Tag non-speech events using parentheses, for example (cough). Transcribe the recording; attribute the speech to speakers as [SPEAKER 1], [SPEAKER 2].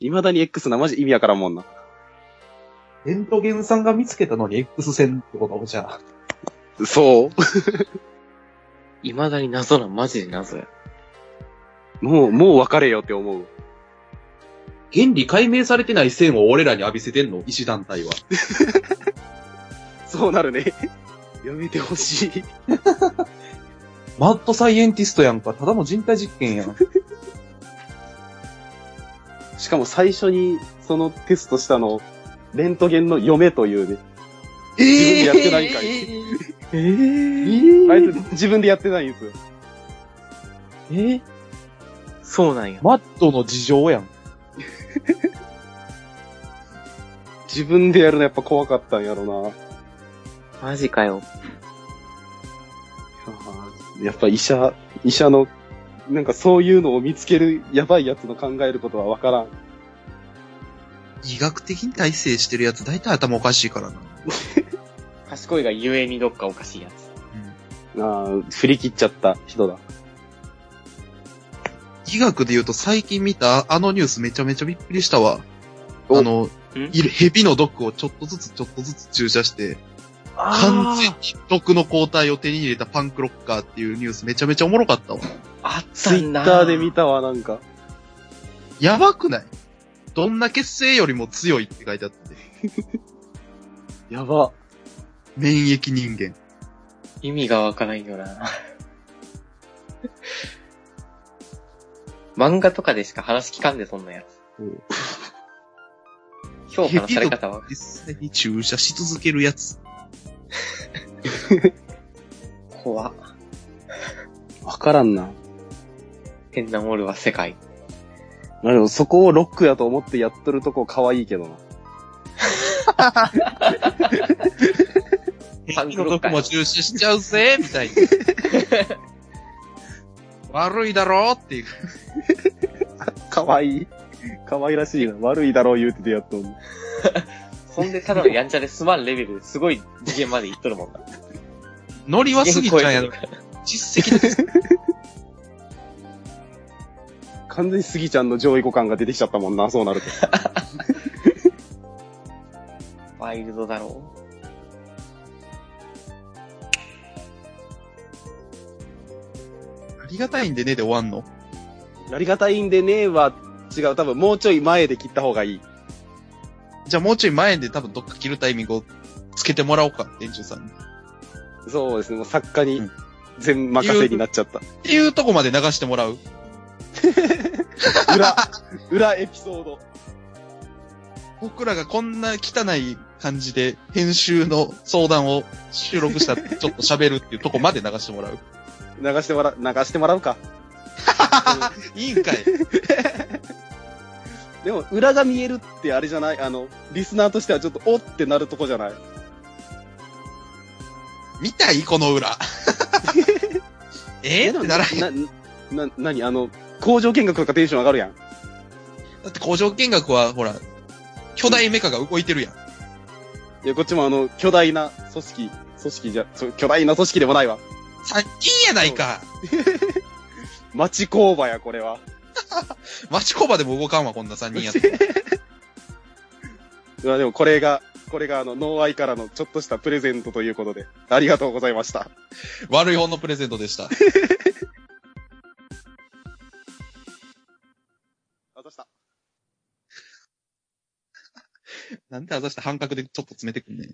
[SPEAKER 1] 未だに X な、マジ意味わからんもんな。
[SPEAKER 2] レントゲンさんが見つけたのに X 線ってことじゃあ。
[SPEAKER 1] そ
[SPEAKER 3] (laughs) 未だに謎なん、マジで謎や。
[SPEAKER 1] う。もう、もう別れよって思う。
[SPEAKER 2] 原理解明されてない線を俺らに浴びせてんの医師団体は。
[SPEAKER 1] そうなるね。 (laughs) やめてほしい。
[SPEAKER 2] マッドサイエンティストやんか。ただの人体実験
[SPEAKER 4] (laughs)
[SPEAKER 2] やん。
[SPEAKER 1] しかも最初に、そのテストしたの、レントゲンの嫁というね。
[SPEAKER 2] え
[SPEAKER 1] えやってないんかい
[SPEAKER 2] えー、
[SPEAKER 1] あいつ自分でやってないんですよ。
[SPEAKER 3] えーそうなんや。
[SPEAKER 2] マッドの事情やん。
[SPEAKER 1] 自分でやるのやっぱ怖かったんやろな。
[SPEAKER 3] マジかよ。
[SPEAKER 1] やっぱ医者、医者の、なんかそういうのを見つけるやばいやつの考えることはわからん。
[SPEAKER 4] 医学的に体制してるやつ、大体頭おかしいからな。
[SPEAKER 3] 賢いがゆえにどっかおかしいやつ。
[SPEAKER 1] ああ、振り切っちゃった人だ。
[SPEAKER 4] 医学で言うと最近見たあのニュースめちゃめちゃびっくりしたわ。
[SPEAKER 1] お
[SPEAKER 4] あの、い蛇の毒をちょっとずつちょっとずつ注射して、完全に毒の抗体を手に入れたパンクロッカーっていうニュースめちゃめちゃおもろかったわ。
[SPEAKER 3] あっ
[SPEAKER 1] ツ
[SPEAKER 3] た
[SPEAKER 1] イ
[SPEAKER 3] ん
[SPEAKER 1] ッ
[SPEAKER 3] だ。
[SPEAKER 1] ターで見たわ、なんか。
[SPEAKER 4] やばくないどんな血清よりも強いって書いてあって。
[SPEAKER 1] やば。
[SPEAKER 4] 免疫人間。
[SPEAKER 3] 意味がわからんよな。 (laughs) 漫画とかでしか話聞かんで、そんなやつ。
[SPEAKER 1] うん
[SPEAKER 3] 評価のされ方は。
[SPEAKER 4] 実際に注射し続けるやつ。
[SPEAKER 3] 怖。
[SPEAKER 1] わからんな。
[SPEAKER 3] 変なモールは世界。
[SPEAKER 1] まあでもそこをロックやと思ってやっとるとこ可愛いけどな。
[SPEAKER 3] パンク
[SPEAKER 4] の
[SPEAKER 3] ロッ
[SPEAKER 4] 毒
[SPEAKER 3] カー
[SPEAKER 4] も
[SPEAKER 3] や。
[SPEAKER 4] 注射しちゃうぜみ
[SPEAKER 3] (laughs)
[SPEAKER 4] たいな。悪いだろうっていう。
[SPEAKER 1] 可愛い。可愛らしいな。悪いだろう言うててやっとんの
[SPEAKER 3] そんでただのやんちゃで済まんレベル、すごい次元までいっとるもんな。
[SPEAKER 4] ノリはすぎちゃんや
[SPEAKER 3] 次
[SPEAKER 4] ろ
[SPEAKER 3] 元超え。てるか
[SPEAKER 4] 実績です。
[SPEAKER 1] 完全にスギちゃんの上位互換が出てきちゃったもんな、そうなると。
[SPEAKER 3] らワイルドだろう。
[SPEAKER 4] ありがたいんでねで終わんの。
[SPEAKER 1] ありがたいんでねえは違う。多分もうちょい前で切った方がいい。
[SPEAKER 4] じゃあもうちょい前で多分どっか切るタイミングをつけてもらおうか、店長さんに。っ
[SPEAKER 1] そうですね。もう作家
[SPEAKER 4] う
[SPEAKER 1] に
[SPEAKER 4] ん
[SPEAKER 1] 全任せになっちゃった。
[SPEAKER 4] ていうとこまで流してもらう。
[SPEAKER 1] 裏、裏エピソード。
[SPEAKER 4] 僕らがこんな汚い感じで編集の相談を収録したってちょっと喋るっていうとこまで流してもらう。
[SPEAKER 1] 流してもら、流してもらうか。
[SPEAKER 4] (laughs) いいんかい。
[SPEAKER 1] でも、裏が見えるってあれじゃないあの、リスナーとしてはちょっと、おってなるとこじゃない
[SPEAKER 4] 見たいこの (laughs) 裏。えー、ってならへん。
[SPEAKER 1] な、な、な、なにあの、工場見学とかテンション上がるやん。
[SPEAKER 4] だって工場見学は、ほら、巨大メカが動いてるやん。
[SPEAKER 1] いや、こっちもあの、巨大な組織、組織じゃ、そ巨大な組織でもないわ。
[SPEAKER 4] 殺菌やないか。
[SPEAKER 1] 町工場や、これは。
[SPEAKER 4] 町工場でも動かんわ、こんな3人や (laughs) って。
[SPEAKER 1] いや、でもこれが、これがあの、ノーアイからのちょっとしたプレゼントということで、ありがとうございました。
[SPEAKER 4] 悪い方のプレゼントで (laughs) した。
[SPEAKER 1] あざした。
[SPEAKER 4] なんであざした半角でちょっと詰めてくんねん。